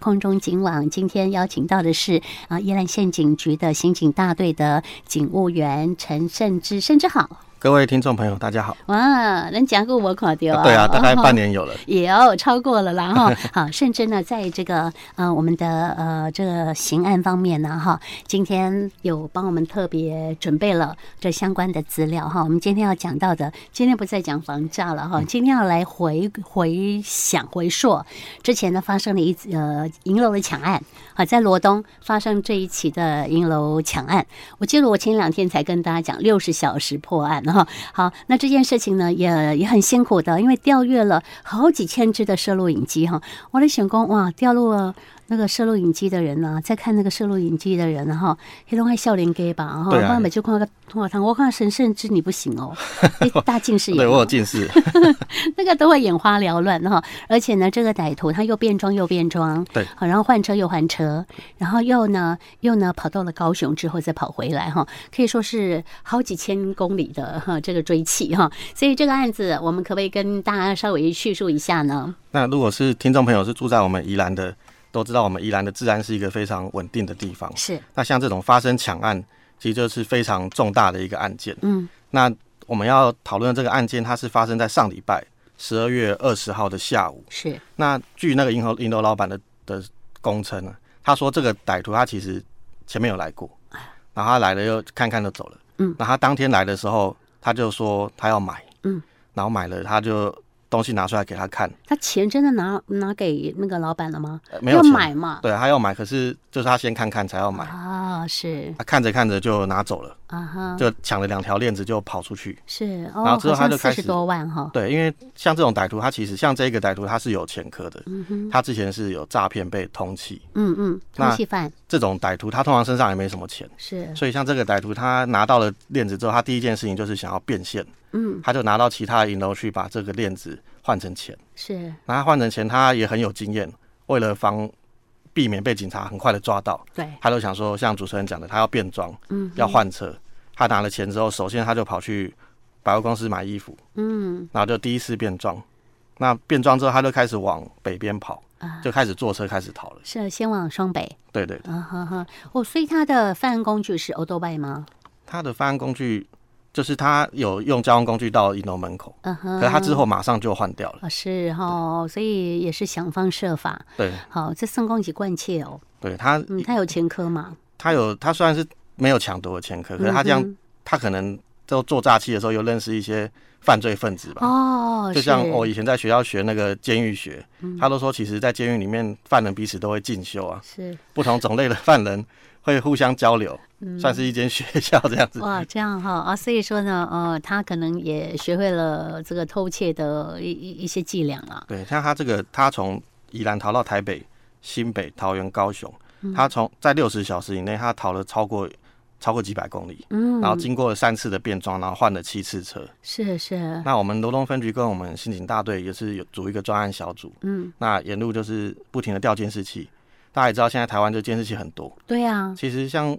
空中警网，今天邀请到的是啊，宜兰县警局的刑警大队的警务员陈胜之，甚至好。各位听众朋友，大家好。哇，能讲过我垮掉啊对啊，大概半年 有了。 也哦，超过了啦哈。 好，甚至呢，在这个呃我们的呃这个刑案方面呢哈，今天有帮我们特别准备了这相关的资料哈。我们今天要讲到的，今天不再讲防诈了哈，今天要来回回想回溯之前呢发生了一呃银楼的抢案啊，在罗东发生这一起的银楼抢案。我记得我前两天才跟大家讲六十小时破案哈。好，那这件事情呢也也很辛苦的，因为调阅了好几千只的摄录影机哈。我的想讲哇，调录了那个摄录影机的人呢、啊，在看那个摄录影机的人哈、啊，黑龙江笑脸给吧哈，对啊我每就看个通话堂，我看神圣之你不行 哦，你大近视眼对哦我有近视， 那个都会眼花缭乱哈。而且呢，这个歹徒他又变装又变装，对好，然后换车又换车，然后又呢又呢跑到了高雄之后再跑回来哈，可以说是好几千公里的哈这个追妻哈。所以这个案子，我们可不可以跟大家稍微叙述一下呢？那如果是听众朋友是住在我们宜兰的，都知道我们宜兰的治安是一个非常稳定的地方。是，那像这种发生抢案，其实就是非常重大的一个案件。嗯，那我们要讨论的这个案件，它是发生在上礼拜十二月二十号的下午。是，那据那个银河银楼老板的的供称呢，他说这个歹徒他其实前面有来过，然后他来了又看看就走了。哎嗯，那他当天来的时候，他就说他要买，嗯，然后买了他就东西拿出来给他看，他钱真的拿拿给那个老板了吗？呃没有要钱，买嘛？对，他要买，可是就是他先看看才要买，啊，是他看着看着就拿走了，啊哈，就抢了两条链子就跑出去。是然哦，后之后他就四开十始多万哈，对，因为像这种歹徒，他其实像这个歹徒，他是有前科的，嗯哼，他之前是有诈骗被通缉，嗯嗯，通那缉犯这种歹徒他通常身上也没什么钱。是，所以像这个歹徒，他拿到了链子之后，他第一件事情就是想要变现，嗯他就拿到其他银楼去把这个链子换成钱。是，那他换成钱，他也很有经验，为了防避免被警察很快的抓到，对，他就想说，像主持人讲的，他要变装，嗯要换车。他拿了钱之后，首先他就跑去百货公司买衣服，嗯然后就第一次变装。那变装之后，他就开始往北边跑，啊，就开始坐车开始逃了。是先往双北。对对，对啊哈哈，哦，所以他的犯案工具是 o d o b y 吗？他的犯案工具就是他有用交通工具到银楼门口。嗯哼，可是他之后马上就换掉了。啊是哈、所以也是想方设法。对，好，这圣公级惯窃哦，对他，嗯，他有前科嘛？他有他虽然是没有抢夺的前科， 可是他这样，嗯他可能都做诈欺的时候有认识一些犯罪分子哼吧。哦，就像是嗯我以前在学校学那个监狱学，他都说，其实，在监狱里面，犯人彼此都会进修啊，是不同种类的犯人会互相交流，算是一间学校这样子。嗯哇，这样哈啊，所以说呢，呃，他可能也学会了这个偷窃的一一一些伎俩了。对，像他这个，他从宜兰逃到台北、新北、桃园、高雄，嗯他从在六十小时以内，他逃了超过超过几百公里。嗯，然后经过了三次的变装，然后换了七次车。是是，那我们罗东分局跟我们刑警大队也是有组一个专案小组，嗯，那沿路就是不停的调监视器。大家也知道，现在台湾就监视器很多。对啊，其实像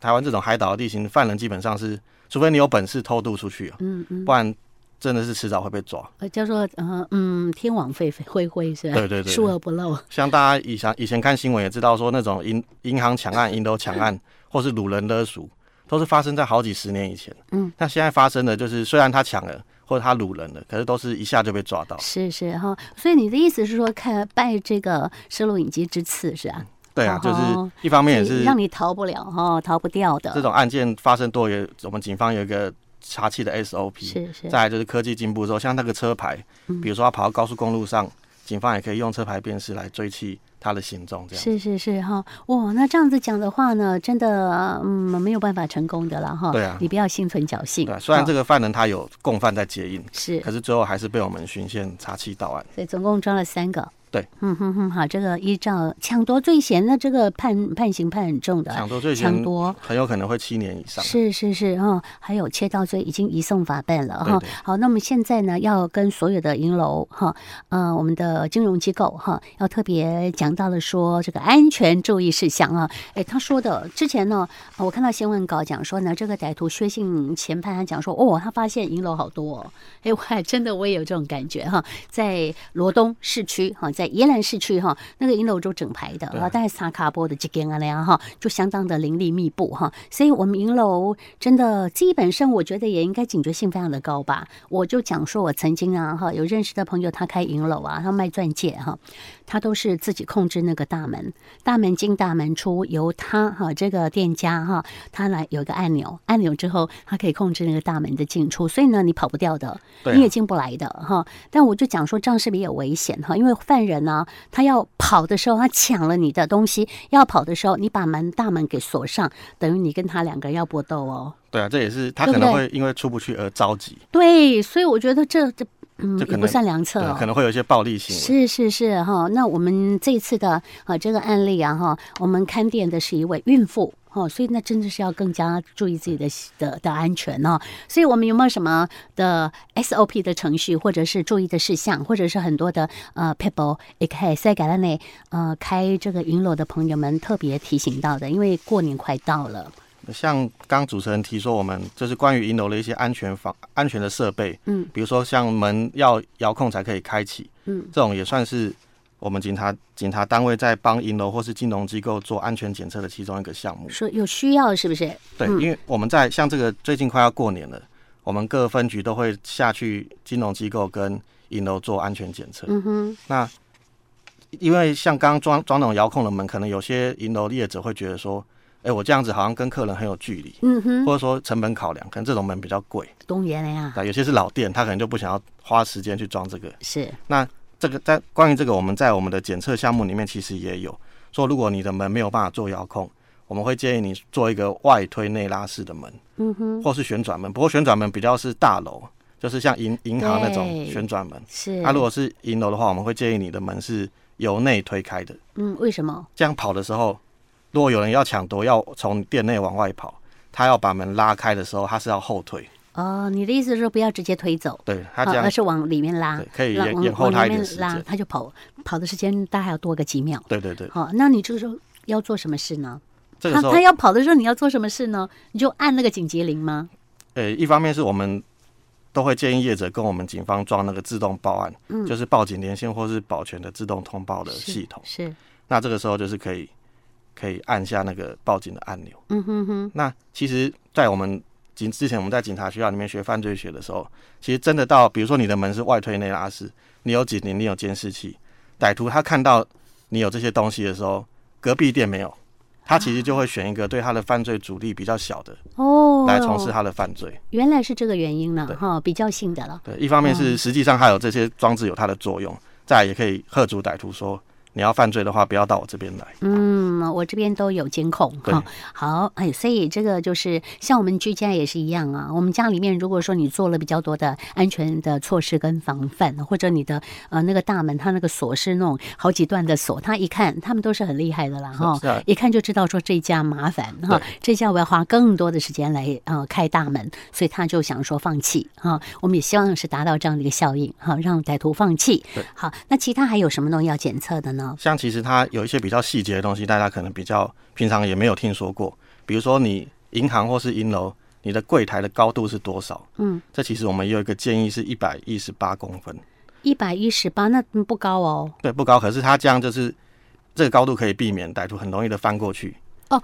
台湾这种海岛的地形，犯人基本上是，除非你有本事偷渡出去啊，嗯嗯，不然真的是迟早会被抓。呃，叫做呃嗯，天网恢恢恢恢是吧？对对对疏而不漏。像大家以前以前看新闻也知道，说那种银银行抢案、银楼抢案， 或是掳人勒赎，都是发生在好几十年以前。嗯，那现在发生的就是，虽然他抢了或者他掳人了，可是都是一下就被抓到。是是哈，所以你的意思是说，看拜这个摄录影机之赐是啊，对啊，哦就是一方面也所以是让你逃不了哈，逃不掉这的。种案件发生多，也我们警方有一个查气的 SOP。是嗯是，再来就是科技进步之后，像那个车牌，比如说他跑到高速公路上，警方也可以用车牌辨识来追弃他的行踪，这样。是是是哈，哇，那这样子讲的话呢，真的嗯没有办法成功的了哈。对啊你不要心存侥幸。对啊，虽然哈这个犯人他有共犯在接应，是可是最后还是被我们循线查缉到案。所以总共抓了三个。对，嗯哼哼，好，这个依照抢夺罪嫌，那这个判判刑判很重的，啊抢夺罪嫌抢夺很有可能会七年以上。是是是哈、哦还有窃盗罪已经移送法办了哈、对对好，那我们现在呢，要跟所有的银楼哈，呃，我们的金融机构哈，要特别讲到了说这个安全注意事项啊。诶，他说的之前呢，呃我看到新闻稿讲说呢，这个歹徒薛姓前判他讲说，哦，他发现银楼好多、哦，哎，我还真的我也有这种感觉哈，在罗东市区哈，在宜兰市区哈，那个银楼州整排的啊，大概萨卡波的这间啊那样哈，就相当的林立密布哈，所以我们银楼真的基本上我觉得也应该警觉性非常的高吧。我就讲说，我曾经啊哈有认识的朋友，他开银楼啊，他卖钻戒哈，他都是自己控制那个大门，大门进大门出由他哈这个店家哈，他来有一个按钮，按钮之后他可以控制那个大门的进出，所以呢你跑不掉的。对啊你也进不来的哈。但我就讲说，这样是不是也危险哈？因为犯人呢、他要跑的时候，他抢了你的东西，要跑的时候，你把门大门给锁上，等于你跟他两个人要搏斗哦。对啊，这也是他对可不能对会因为出不去而着急，对，所以我觉得这这嗯这也可能不算良策对啊哦，可。能会有一些暴力行为。是是是哈，那我们这一次的啊这个案例啊哈，我们看店的是一位孕妇哦，所以那真的是要更加注意自己的的的安全哦。所以我们有没有什么的 SOP 的程序，或者是注意的事项，或者是很多的呃 people 也可以在橄榄内呃开这个银楼的朋友们特别提醒到的，因为过年快到了，像刚主持人提说，我们就是关于银楼的一些安全防安全的设备，嗯，比如说像门要遥控才可以开启，嗯，这种也算是我们警察警察单位在帮银楼或是金融机构做安全检测的其中一个项目。说有需要是不是？对，因为我们在像这个最近快要过年了，我们各分局都会下去金融机构跟银楼做安全检测。嗯哼，那因为像刚刚装装那种遥控的门，可能有些银楼业者会觉得说，哎、我这样子好像跟客人很有距离，嗯哼，或者说成本考量，可能这种门比较贵。东原了呀，那有些是老店，他可能就不想要花时间去装这个。是这个在关于这个，我们在我们的检测项目里面其实也有说，如果你的门没有办法做遥控，我们会建议你做一个外推内拉式的门，嗯哼，或是旋转门。不过旋转门比较是大楼，就是像银银行那种对旋转门。啊是，那、如果是银楼的话，我们会建议你的门是由内推开的，嗯，为什么？这样跑的时候，如果有人要抢夺，要从店内往外跑，他要把门拉开的时候，他是要后退，哦，你的意思是说不要直接推走，对他好这样而是往里面拉对，可以拉延往延后往里他一点面时拉间他就跑跑的时间大概还要多个几秒。对对对，好、那你这个时候要做什么事呢？这个时他候他，要跑的时候，你要做什么事呢？你就按那个紧急铃吗？呃，一方面是我们都会建议业者跟我们警方装那个自动报案，就是报警连线或是保全的自动通报的嗯是系统。是，那这个时候就是可以可以按下那个报警的按钮。嗯哼哼，那其实，在我们警之前，我们在警察学校里面学犯罪学的时候，其实真的到，比如说你的门是外推内拉式，你有警铃，你有监视器，歹徒他看到你有这些东西的时候，隔壁店没有，他其实就会选一个对他的犯罪阻力比较小的哦，来从事他的犯罪。原来是这个原因呢对，哈、比较性的了。对，一方面哦是实际上还有这些装置有它的作用，再来也可以吓阻歹徒说，你要犯罪的话，不要到我这边来。嗯，我这边都有监控对哈、好，哎，所以这个就是像我们居家也是一样啊。我们家里面如果说你做了比较多的安全的措施跟防范，或者你的呃那个大门它那个锁是那种好几段的锁，他一看他们都是很厉害的啦哈。是啊一看就知道说这家麻烦哈，这家我要花更多的时间来呃开大门，所以他就想说放弃哈。我们也希望是达到这样的一个效应哈，让歹徒放弃对。好，那其他还有什么东西要检测的呢？像其实它有一些比较细节的东西，大家可能比较平常也没有听说过，比如说你银行或是银楼，你的柜台的高度是多少？嗯，这其实我们也有一个建议是一百一十八公分，一百一十八，那嗯不高哦。对，不高，可是它这样就是这个高度可以避免歹徒很容易的翻过去。哦，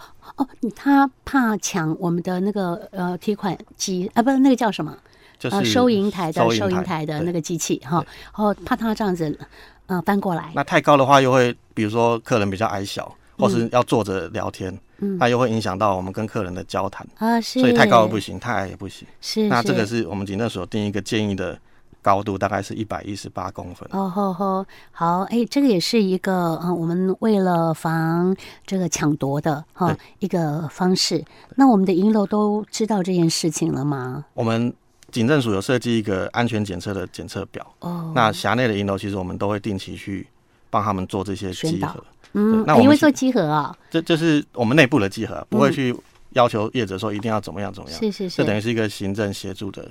他怕抢我们的那个呃提款机啊，不是那个叫什么？就是、呃，收银台的收银收银台台的对那个机器哈。哦，怕他这样子呃翻过来。那太高的话，又会比如说客人比较矮小，嗯或是要坐着聊天，那又会影响到我们跟客人的交谈，啊，嗯是，所以太高也不行，太矮也不行。是，那这是个是我们警政所定一个建议的高度，大概是一百一十八公分。哦吼吼，好，哎，这个也是一个嗯，我们为了防这个抢夺的哈对一个方式。那我们的银楼都知道这件事情了吗？我们警政署有设计一个安全检测的检测表，哦，那辖内的银楼其实我们都会定期去帮他们做这些宣集导合，嗯，那哎我因们为是做集合啊，这这是我们内部的集合，不会去要求业者说一定要怎么样怎么样，嗯是是这等是，嗯于是一个行政协助的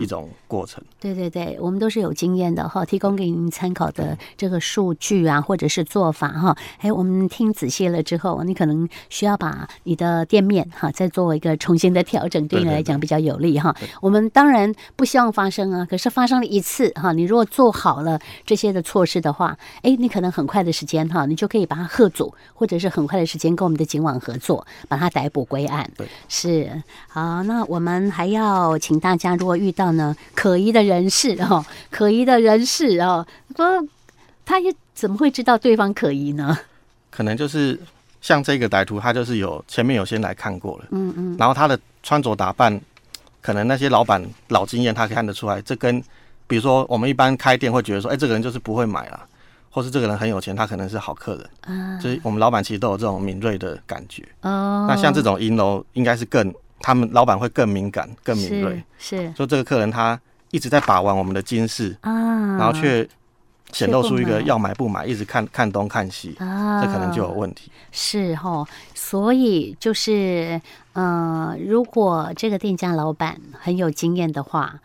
一种过程。对对对，我们都是有经验的哈，提供给您参考的这个数据啊，或者是做法哈。哎，我们听仔细了之后，你可能需要把你的店面哈再做一个重新的调整，对你对对来讲比较有利哈对。我们当然不希望发生啊，可是发生了一次哈，你如果做好了这些的措施的话，哎，你可能很快的时间哈，你就可以把它喝阻，或者是很快的时间跟我们的警网合作，把它逮捕归案。对，是好，那我们还要请大家，如果遇到呢可疑的人士 哦，可疑的人士哦，说他也怎么会知道对方可疑呢？可能就是像这个歹徒，他就是有前面有先来看过了，嗯嗯，然后他的穿着打扮，可能那些老板老经验他看得出来，这跟比如说我们一般开店会觉得说，哎、这个人就是不会买啦，或是这个人很有钱，他可能是好客人，啊，就是我们老板其实都有这种敏锐的感觉。哦，那像这种银楼应该是更，他们老板会更敏感、更敏锐是，哦是说这个客人他一直在把玩我们的金饰，啊，然后却显露出却一不个买要买不买，一直看看东看西，啊，这可能就有问题。是哦，所以就是，呃，如果这个店家老板很有经验的话，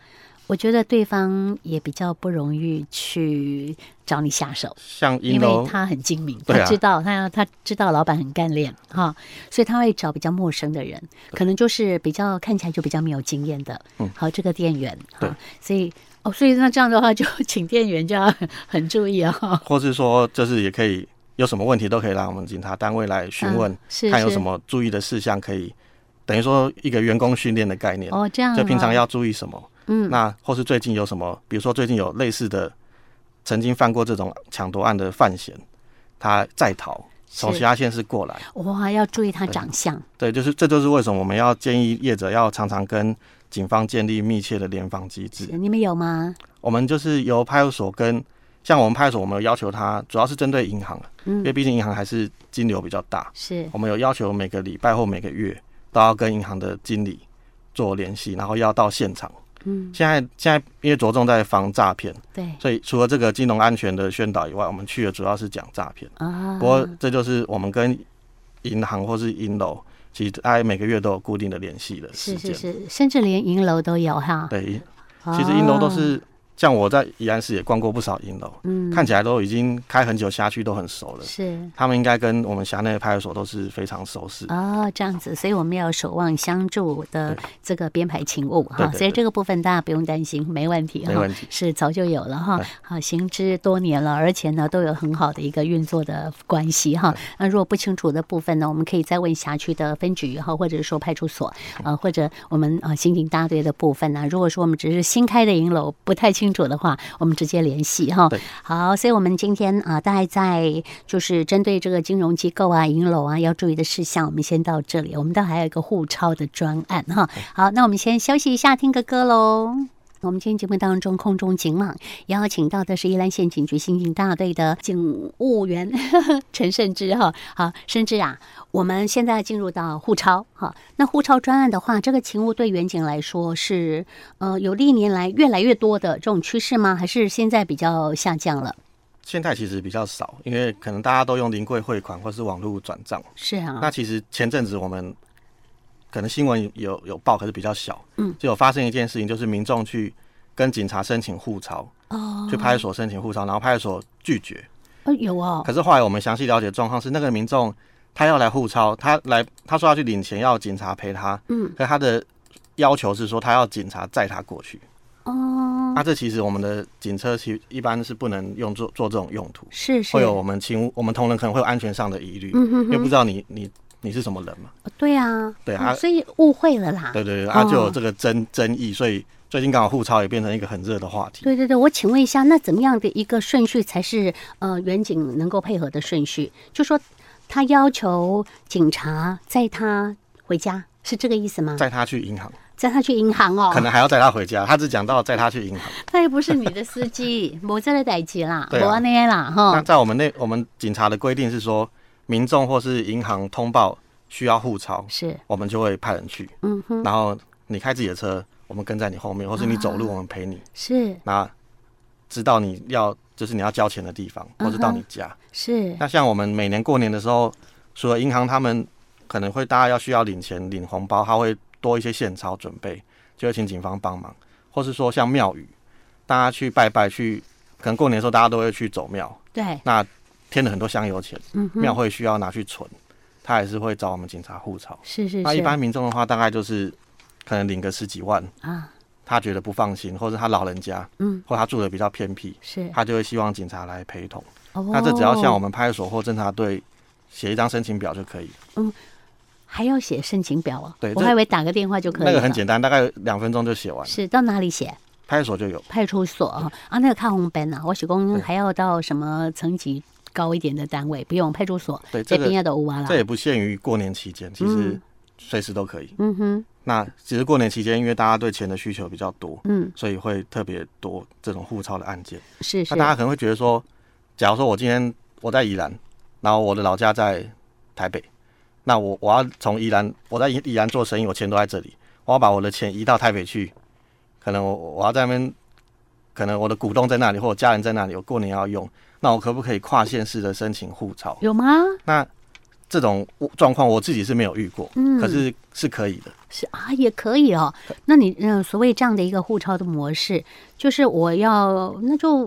我觉得对方也比较不容易去找你下手。像因银为楼，他很精明，对他啊知道他他知道老板很干练哈，所以他会找比较陌生的人，可能就是比较看起来就比较没有经验的，嗯好这个店员对哈，所以哦，所以那这样的话就请店员就要很注意哦，或是说就是也可以有什么问题都可以让我们警察单位来询问嗯，是看有是什么注意的事项可以，等于说一个员工训练的概念，哦这样啊，就平常要注意什么，嗯那或是最近有什么，比如说最近有类似的曾经犯过这种抢夺案的犯嫌，他在逃，从是其他县市过来，哇要注意他长相，啊对，就是这就是为什么我们要建议业者要常常跟警方建立密切的联防机制。是你们有吗？我们就是由派出所跟像我们派出所，我们有要求他，主要是针对银行，因为哦嗯，毕竟银行还是金流比较大，是我们有要求每个礼拜或每个月都要跟银行的经理做联系，然后要到现场。嗯现在现在因为着重在防诈骗，对所以除了这个金融安全的宣导以外，我们去的主要是讲诈骗。啊，不过这就是我们跟银行或是银楼，其实大概每个月都有固定的联系的时是间。是是，甚至连银楼都有哈，对，其实银楼都哦是、像我在宜安市也逛过不少银楼，嗯看起来都已经开很久，辖区都很熟了。是。他们应该跟我们辖内的派出所都是非常熟识。哦，这样子，所以我们要守望相助的对这个编排勤务对哈，对对所以这个部分大家不用担心，没问题没哈问。题，哎是早就有了哈对，好行之多年了，而且呢都有很好的一个运作的关系哈。哎那如果不清楚的部分呢，我们可以再问辖区的分局哈，或者说派出所啊，或者我们啊刑警大队的部分呢。如果说我们只是新开的银楼不太清楚的话，我们直接联系哈对。好，所以我们今天啊，大概在就是针对这个金融机构啊、银楼啊要注意的事项，我们先到这里。我们倒还有一个互抄的专案哈。哎好，那我们先休息一下，听个歌喽。我们今天节目当中，空中警网邀请到的是宜兰县警局刑警大队的警务员 陈胜之哈。好，甚至啊，我们现在进入到互抄哈。那互抄专案的话，这个勤务对远警来说是呃有历年来越来越多的这种趋势吗？还是现在比较下降了？现在其实比较少，因为可能大家都用临柜汇款或是网络转账。是啊，那其实前阵子我们可能新闻有有报，可是比较小，嗯，就有发生一件事情，就是民众去跟警察申请互抄，哦，去派出所申请互抄，然后派出所拒绝。哦有哦，可是后来我们详细了解状况是，那个民众他要来互抄，他来他说要去领钱，要警察陪他，嗯，可他的要求是说他要警察载他过去。哦，那、这其实我们的警车其实一般是不能用做做这种用途，是是会，有我们亲我们同仁可能会有安全上的疑虑，嗯哼因为不哼，知道你你你是什么人嘛。对啊，对哦啊所以误会了啦。对对对，哦啊，就有这个争争议，所以最近刚好互抄也变成一个很热的话题。对对对，我请问一下，那怎么样的一个顺序才是呃远景能够配合的顺序？就说他要求警察载他回家，是这个意思吗？载他去银行，载他去银行哦可，能还要载他回家。他只讲到载他去银行。他也不是你的司机，没这个代志啦，对啊没那样啦那哈。在我们内，我们警察的规定是说，民众或是银行通报需要互抄，是，我们就会派人去。嗯哼，然后你开自己的车，我们跟在你后面，或是你走路，我们陪你。是那直到你要就是你要交钱的地方，或是到你家。是那像我们每年过年的时候，除了银行他们可能会大家要需要领钱、领红包，他会多一些现钞准备，就会请警方帮忙，或是说像庙宇，大家去拜拜去，可能过年的时候大家都会去走庙，对，那添了很多香油钱，嗯哼，庙会需要拿去存，他也是会找我们警察互抄。是是那一是般民众的话，大概就是可能领个十几万，啊，他觉得不放心，或者他老人家，嗯，或他住的比较偏僻，是。他就会希望警察来陪同。哦那这只要向我们派出所或侦查队写一张申请表就可以，还要写申请表哦，对我这还以为打个电话就可以了。那个很简单，大概两分钟就写完了，是到哪里写？派出所就有。派出所啊，啊那个看红本啊，我是讲嗯对还要到什么层级高一点的单位，不用派出所，对，这这边个要的乌啊瓦啦这。也不限于过年期间，其实随时都可以。嗯哼，那只是过年期间，因为大家对钱的需求比较多，嗯，所以会特别多这种互抄的案件。是是那，大家可能会觉得说，假如说我今天我在宜兰，然后我的老家在台北，那我我要从宜兰，我在宜宜兰做生意，我钱都在这里，我要把我的钱移到台北去，可能我我要在那边，可能我的股东在那里，或者家人在那里，我过年要用，那我可不可以跨县市的申请护照？有吗？那这种我状况我自己是没有遇过，嗯可是是可以的，是啊，也可以哦。那你嗯，所谓这样的一个互抄的模式，就是我要那就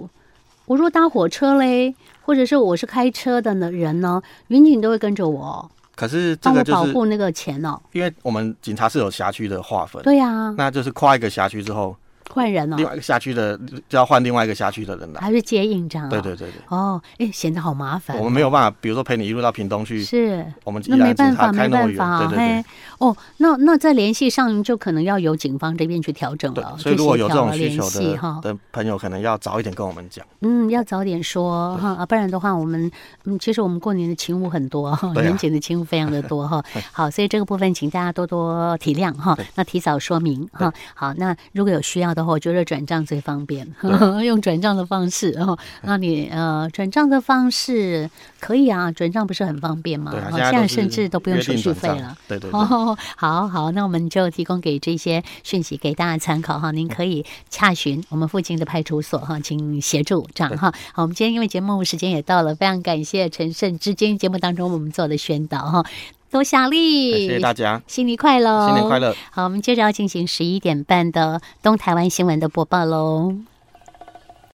我如果搭火车嘞，或者是我是开车的呢人呢，民警都会跟着我哦，可是这帮个我就保是护那个钱哦。因为我们警察是有辖区的划分，对呀，那就是跨一个辖区之后。换人哦另，外一个辖区的就要换另外一个辖区的人来。还是接印章啊？对对对对，哦，哎，显得好麻烦我。们没有办法，比如说陪你一路到屏东去，是，我们依那没然办警法，察没开那么办法啊，远，对对对嘿。，哦，那那在联系上就可能要由警方这边去调整对了，，所以去如果协有这调种了需联求系哈的，的朋友，可能要早一点跟我们讲。嗯，要早点说哈，啊不然的话，我们嗯，其实我们过年的勤务很多哈，对啊年检的勤务非常的多哈。好，所以这个部分请大家多多体谅哈对，那提早说明哈。好，那如果有需要的话，我觉得转账最方便，对 用转账的方式哈。 那你呃，转账的方式可以啊，转账不是很方便吗对啊，？哈在现都在是甚至都不用约手定续转费账了。。对对对，哦，好好，那我们就提供给这些讯息给大家参考哈。您可以洽询我们附近的派出所哈，请协助这样哈。好，我们今天因为节目时间也到了，非常感谢陈胜之今天节目当中我们做的宣导哈，多谢谢力，谢大家，新年快乐，哦新年快。乐。好，我们接着要进行十一点半的东台湾新闻的播报喽。